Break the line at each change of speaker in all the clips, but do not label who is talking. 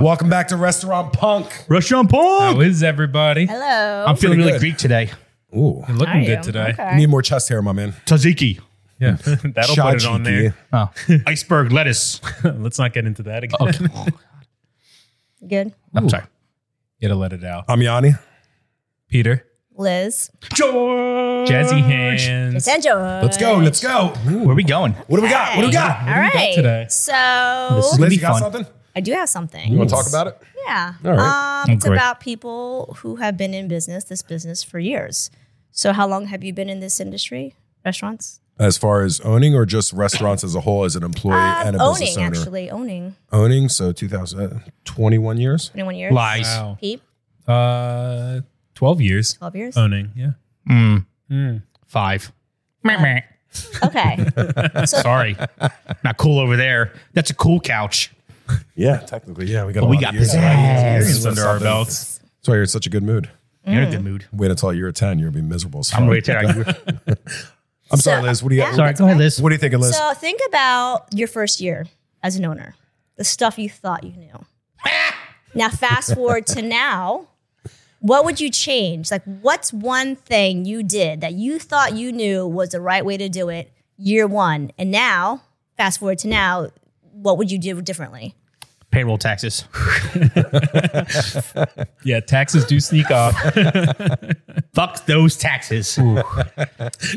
Welcome back to Restaurant Punk.
Russian Pong.
How is everybody?
Hello.
Uh, I'm feeling
pretty
really
good.
Greek today.
Ooh,
You're looking
Are
good
you?
today.
Okay.
need more chest hair, my man.
Tzatziki.
Yeah, that'll put it on
Tzatziki.
there.
Oh. Iceberg lettuce.
Let's not get into that again.
Okay.
Good.
I'm sorry.
You gotta let it out.
I'm Yanni.
Peter,
Liz.
George.
jazzy hands.
Essential.
Let's go. Let's go.
Where are we going?
What do we got? What do we got?
All
we got
right.
today?
This
So
is-
Liz,
be
you got
fun.
something?
I do have
You
something.
want to talk about it?
Yeah.
All right. Oh,
Um, it's
Great.
about people who have been in business, this business for years. So how long have you been in this industry? Restaurants?
As far as owning or just restaurants as a whole, as an employee
Um,
and a
owning,
business owner?
actually. Owning.
Owning, so 2021 years.
21 years.
Lies.
Wow.
Peep.
Uh, 12 years
12 years.
owning. Yeah.
Mm,
Mm.
five. Meh, meh.
Okay.
Sorry. Not cool over there. That's a cool couch.
Yeah, technically. Yeah, we got a
But we
lot
got
of years of
pizzazz.
experience
Under our
something.
belts.
That's why you're in such a good mood.
You're in a good mood.
Wait until you're 10, you'll be miserable. as
I'm
fuck.
ready to take
I'm sorry, Liz. What do you got?
Sorry. Go ahead, Liz.
What are you thinking, Liz?
So think about your first year as an owner, the stuff you thought you knew. now, fast forward to now, what would you change? Like, what's one thing you did that you thought you knew was the right way to do it year one? And now, fast forward to now, what would you do differently?
Payroll taxes.
Yeah, taxes do sneak up.
Fuck those taxes.
no,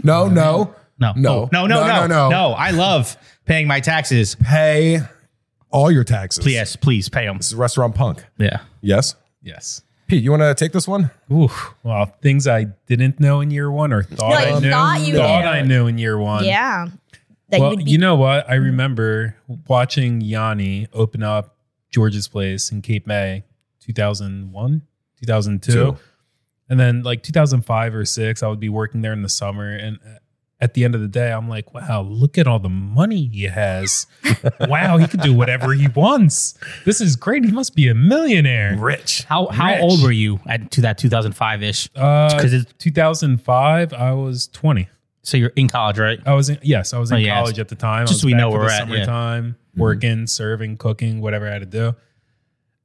no,
No.
No.
Oh, No, no, no, no, no. I love paying my taxes.
Pay all your taxes.
Yes, please pay them.
This is Restaurant Punk.
Yeah.
Yes.
yes.
Pete, you want to take this one?
Ooh, well, things I didn't know in year one or thought
No,
I
you
knew.
thought you
thought
knew.
I knew in year one.
yeah. That
well,
you'd be, Mm-hmm.
you know what? I remember watching Yanni open up George's place in Cape May, 2001, 2002.
Two.
And then like 2005 or 6, I would be working there in the summer and uh, at the end of the day, I'm like, wow, look at all the money he has. wow, he can do whatever he wants. This is great. He must be a millionaire.
Rich.
How how
Rich.
old were you at to that 2005 ish?
Uh,
Because it's
2005, I was 20.
so you're in college, right?
I was in, yes, I was in
Oh, yes.
college at the time. I
Just
was
so we
back
know
for
where we're at,
the
yeah. Mm-hmm.
Summertime, working, serving, cooking, whatever I had to do.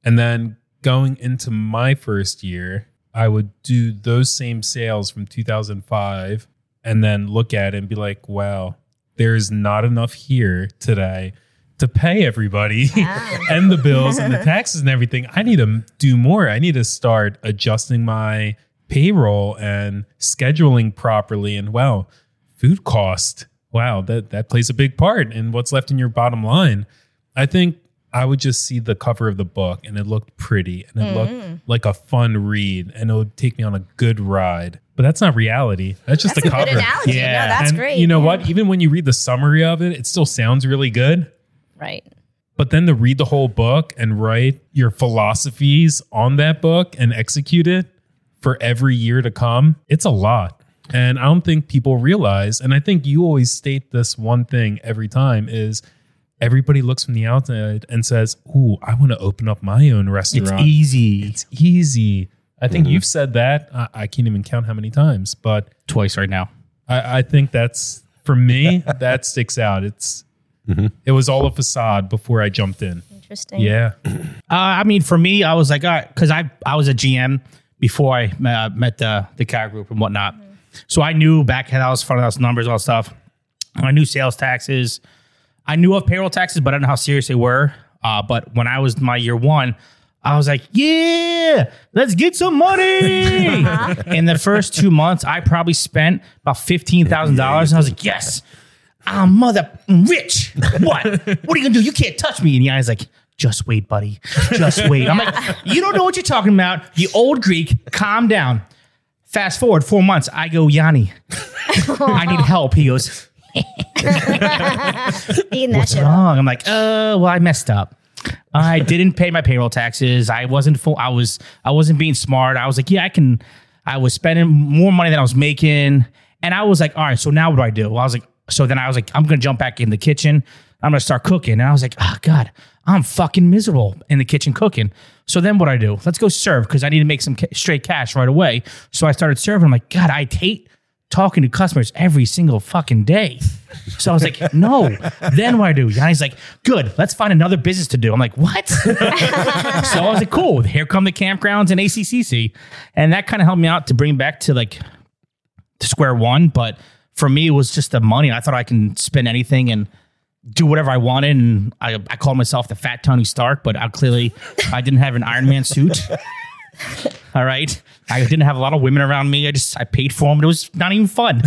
And then going into my first year, I would do those same sales from 2005 and then look at it and be like, wow, there's not enough here today to pay everybody
Ah.
and the bills and the taxes and everything. I need to do more. I need to start adjusting my payroll and scheduling properly. And wow, food cost. Wow, that that plays a big part in what's left in your bottom line. I think I would just see the cover of the book and it looked pretty and it
Mm.
looked like a fun read and it would take me on a good ride. But that's not reality. That's just
that's
the
a
cover.
good analogy.
Yeah.
No, that's
and
great.
You know what? Even when you read the summary of it, it still sounds really good.
Right.
But then to read the whole book and write your philosophies on that book and execute it for every year to come, it's a lot. And I don't think people realize, and I think you always state this one thing every time is everybody looks from the outside and says, Ooh, I want to open up my own
It's
restaurant.
easy. Mm-hmm.
It's easy. I think
Mhm.
you've said that. I, I can't even count how many times, but
twice right now.
I, I think that's for me, that sticks out. It's
Mm-hmm.
Mhm.
it was all a facade before I jumped in.
Interesting.
Yeah.
Uh, I mean, for me, I was like, all right, because I I was a GM before I uh, met the the car group and whatnot. So I knew back head house, front house numbers, all that stuff. I knew sales taxes. I knew of payroll taxes, but I didn't know how serious they were. Uh, but when I was my year one, I was like, yeah, let's get some money. In the first two months, I probably spent about $15,000. And I was like, yes, I'm mother rich. What? what are you going to do? You can't touch me. And Yanni's like, just wait, buddy. Just wait. I'm like, you don't know what you're talking about. You old Greek, calm down. Fast forward four months, I go, Yanni, I need help. He goes,
Eating that shit up.
wrong? I'm like, oh, well, I messed up. I didn't pay my payroll taxes. I wasn't full. I was. I wasn't being smart. I was like, yeah, I can. I was spending more money than I was making, and I was like, all right. So now what do I do? Well, I was like, so then I was like, I'm gonna jump back in the kitchen. I'm gonna start cooking, and I was like, oh god, I'm fucking miserable in the kitchen cooking. So then what do I do? Let's go serve because I need to make some ca- straight cash right away. So I started serving. I'm like, God, I hate talking to customers every single fucking day. So I was like, no. Then what I do? Yanni's like, good, let's find another business to do. I'm like, what? so I was like, cool. Here come the campgrounds and ACCC. And that kind of helped me out to bring back to like to square one. But for me, it was just the money. I thought I can spend anything and do whatever I wanted. And I, I called myself the fat Tony Stark, but I clearly I didn't have an Iron Man suit. All right. I didn't have a lot of women around me. I just I paid for them. It was not even fun.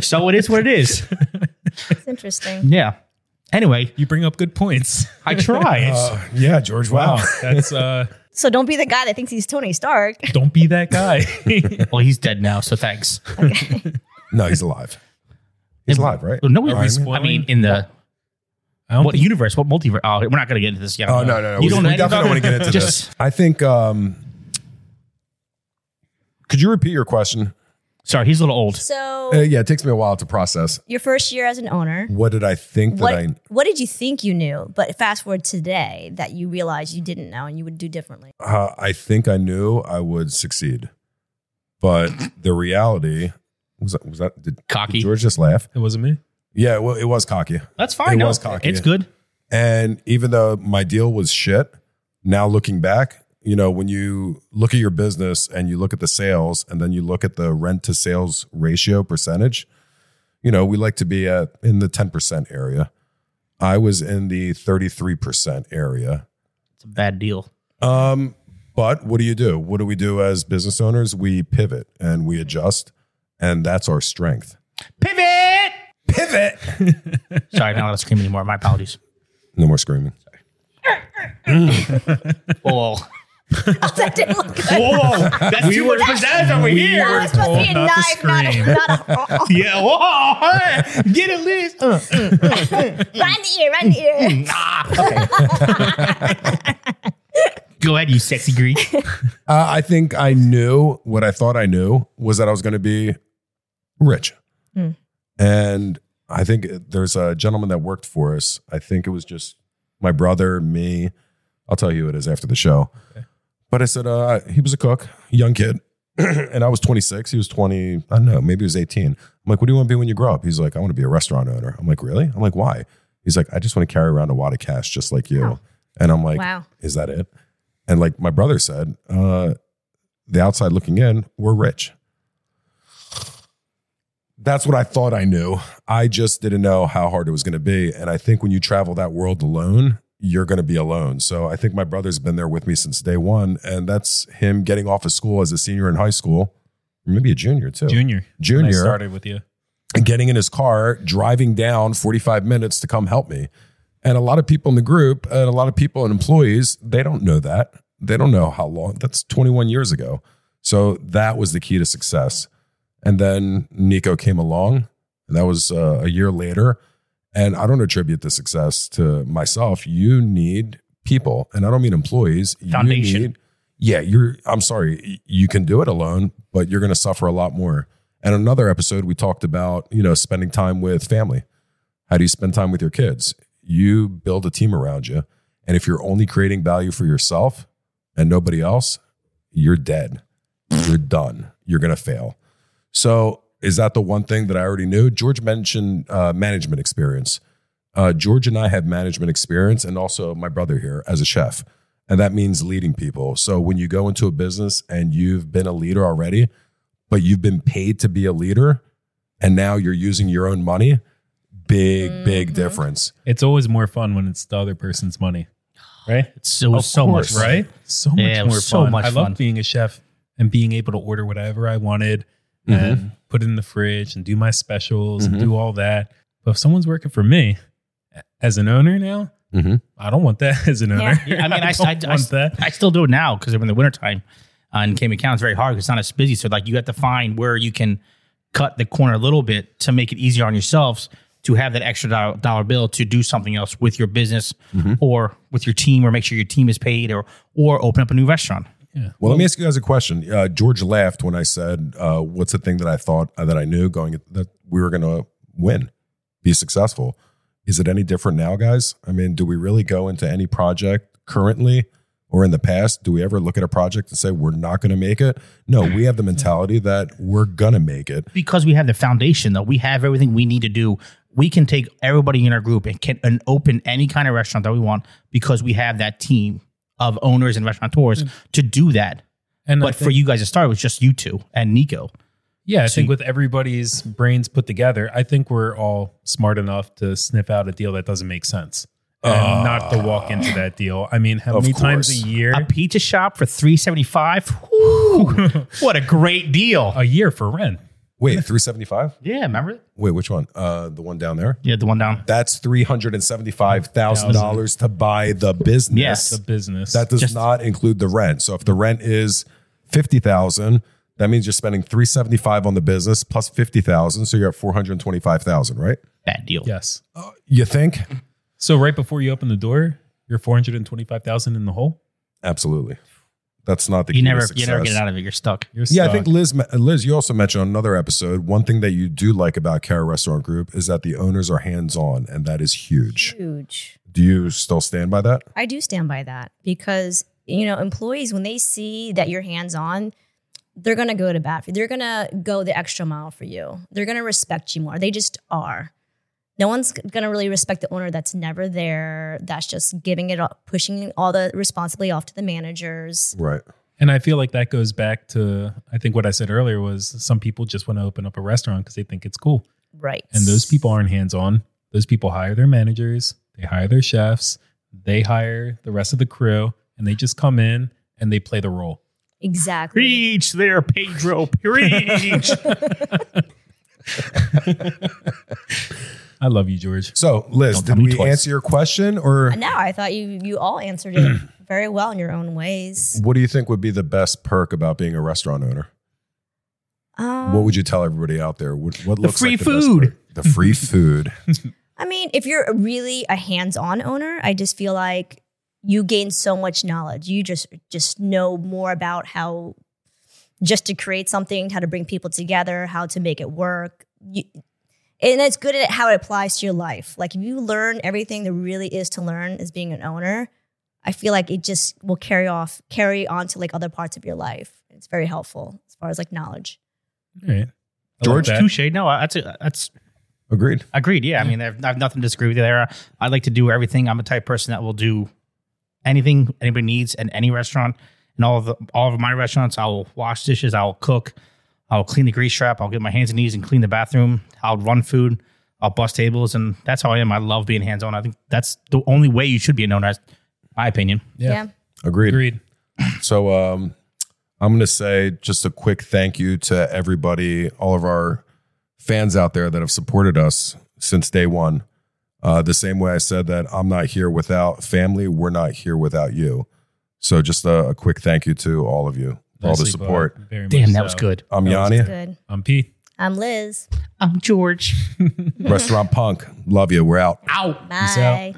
so it is what it is.
It's interesting.
Yeah. Anyway,
You bring up good points.
I try. It's-
Uh, yeah, George. Wow.
Wow, that's uh,
So don't be the guy that thinks he's Tony Stark.
don't be that guy.
well, he's dead now, so thanks.
no, he's alive. He's alive, right?
No,
Iron Man?
he's. I mean, in the
I don't
what
think
universe? What multiverse? Oh, we're not going to get into this yet.
Oh no, no, no.
You
We,
don't
we
know
definitely don't want to get into
Just-
this. I think. um Could you repeat your question?
Sorry, he's a little old.
So
Uh, yeah, it takes me a while to process.
your first year as an owner,
What did I think that
what
I?
what did you think you knew? But fast forward today that you realize you didn't know and you would do differently.
Uh, I think I knew I would succeed, but the reality was that, was that did, did
Cocky.
George just laugh?
it wasn't me.
Yeah, well, it was cocky,
That's fine.
It
no,
was cocky.
It's good.
and even though my deal was shit, now looking back, you know, when you look at your business and you look at the sales, and then you look at the rent to sales ratio percentage, you know, we like to be at in the ten percent area. I was in the thirty three percent area.
It's a bad deal.
Um, but what do you do? What do we do as business owners? We pivot and we adjust, and that's our strength.
Pivot.
Pivit.
Sorry, I'm not allowed to scream anymore. My apologies.
No more screaming.
Oh,
that didn't look good.
oh,
whoa! That's we too were, much pizzazz over here.
That was supposed to be a
told not to
knife, not
scream.
a, not a
Yeah. Whoa! hey, Get it, Liz. Uh,
right in the ear, right in the ear.
Go ahead, you sexy Greek.
Uh, I think I knew what I thought I knew was that I was going to be rich. And I think there's a gentleman that worked for us. I think it was just my brother, me. I'll tell you who it is after the show. But I said, uh, he was a cook, young kid. and I was 26. He was 20. I don't know. Maybe he was 18. I'm like, what do you want to be when you grow up? He's like, I want to be a restaurant owner. I'm like, really? I'm like, why? He's like, I just want to carry around a wad of cash just like you. And I'm like,
Wow.
is that it? And like my brother said, uh, the outside looking in, we're rich. That's what I thought I knew. I just didn't know how hard it was going to be. And I think when you travel that world alone, you're going to be alone. So I think my brother's been there with me since day one. And that's him getting off of school as a senior in high school, or maybe a junior too.
Junior, When I
Junior
started with you.
and getting in his car, driving down 45 minutes to come help me. And a lot of people in the group and a lot of people and employees, they don't know that. They don't know how long. That's 21 years ago. So that was the key to success. And then Nico came along, and that was uh, a year later. And I don't attribute the success to myself. You need people, and I don't mean employees. You
Foundation.
need- yeah, you're. I'm sorry. y- You can do it alone, but you're going to suffer a lot more. And another episode, we talked about you know spending time with family. How do you spend time with your kids? You build a team around you, and if you're only creating value for yourself and nobody else, you're dead. You're done. You're going to fail. So, is that the one thing that I already knew? George mentioned uh, management experience. Uh, George and I have management experience, and also my brother here as a chef. And that means leading people. So, when you go into a business and you've been a leader already, but you've been paid to be a leader, and now you're using your own money, big, big difference.
It's always more fun when it's the other person's money, right?
It's, it was
Of
so
course.
much right.
right? So much
Yeah, it was
more
so
fun.
much
I
fun.
love being a chef and being able to order whatever I wanted and put it in the fridge and do my specials
Mhm.
and do all that. But if someone's working for me as an owner now,
Mhm.
I don't want that as an owner.
Yeah, I mean, I, I,
don't
I,
want that.
I still do it now because in the wintertime uh, in Cayman County, it's very hard 'cause it's not as busy. So, like, you have to find where you can cut the corner a little bit to make it easier on yourselves to have that extra dollar, dollar bill to do something else with your business or with your team or make sure your team is paid or or open up a new restaurant.
Well, let me ask you guys a question. Uh, George laughed when I said, uh, "What's the thing that I thought uh, that I knew going that we were going to win, be successful?" Is it any different now, guys? I mean, do we really go into any project currently or in the past, do we ever look at a project and say we're not going to make it? No, we have the mentality that we're going to make it.
because we have the foundation though we have everything we need to do we can take everybody in our group and can and open any kind of restaurant that we want because we have that team of owners and restaurateurs to do that
And I
but for
think-
you guys to start Mm. it was just you two and nico
yeah, I think with everybody's brains put together, I think we're all smart enough to sniff out a deal that doesn't make sense and not to walk into that deal. I mean, how
Of
many times
course.
a year?
a pizza shop for 375 Woo, what a great deal
a year for rent.
Wait, 375?
Uh, yeah remember
Wait, which one? Uh, the one down there?
yeah the one down
That's $375,000 to buy the business.
Yes.
The business.
That does not include the rent. So if the rent is 50,000, that means you're spending 375 on the business plus 50,000, so you're at 425,000, right?
bad deal
yes.
You think?
So right before you open the door, you're four hundred and twenty five thousand in the hole.
Absolutely. That's not the
you
key to
never you never
success.
get out of it you're stuck
You're
Yeah, I
stuck.
think Liz, Liz, you also mentioned on another episode. One thing that you do like about Cara Restaurant Group is that the owners are hands on, and that is huge.
Huge.
Do you still stand by that?
I do stand by that because you know employees when they see that you're hands on, they're gonna go to bat for you. They're gonna go the extra mile for you. They're gonna respect you more. They just are. No one's gonna really respect the owner that's never there. That's just giving it up, pushing all the responsibility off to the managers.
Right.
And I feel like that goes back to I think what I said earlier was some people just want to open up a restaurant because they think it's cool.
Right.
And those people aren't hands on. Those people hire their managers, they hire their chefs, they hire the rest of the crew, and they just come in and they play the role.
exactly.
preach there pedro preach
I love you, George.
So, Liz,
Don't tell
did
me
we
twice.
answer your question, or
Now I thought you you all answered it very well in your own ways.
what do you think would be the best perk about being a restaurant owner?
Um,
What would you tell everybody out there? What, what looks
free
like the best
food.
perk? The free food.
I mean, if you're really a hands-on owner, I just feel like you gain so much knowledge. You just just know more about how just to create something, how to bring people together, how to make it work. You, and it's good at how it applies to your life. Like if you learn everything there really is to learn as being an owner, I feel like it just will carry off, carry on to like other parts of your life. It's very helpful as far as like knowledge.
All right. I like
George,
that.
touche no that's a, that's
Agreed.
Agreed. Yeah. I mean, I have, I have nothing to disagree with you there. I like to do everything. I'm a type of person that will do anything anybody needs in any restaurant. In all of the, all of my restaurants, I will wash dishes. I will cook. I will clean the grease trap. I'll get my hands and knees and clean the bathroom. I'll run food. I'll bust tables, and that's how I am. I love being hands on. I think that's the only way you should be an owner, that's my opinion.
Yeah.
Agreed.
Agreed.
So um, I'm going to say just a quick thank you to everybody, all of our fans out there that have supported us since day one. Uh, the same way I said that I'm not here without family, we're not here without you. So just a, a quick thank you to all of you, for all the
Nicely
support.
brought. Very
Damn,
much
that was
so.
good.
I'm
That was
Yanni,
Good.
I'm Pete.
I'm Liz.
I'm George.
Restaurant Punk. Love you. We're out.
Out.
Bye.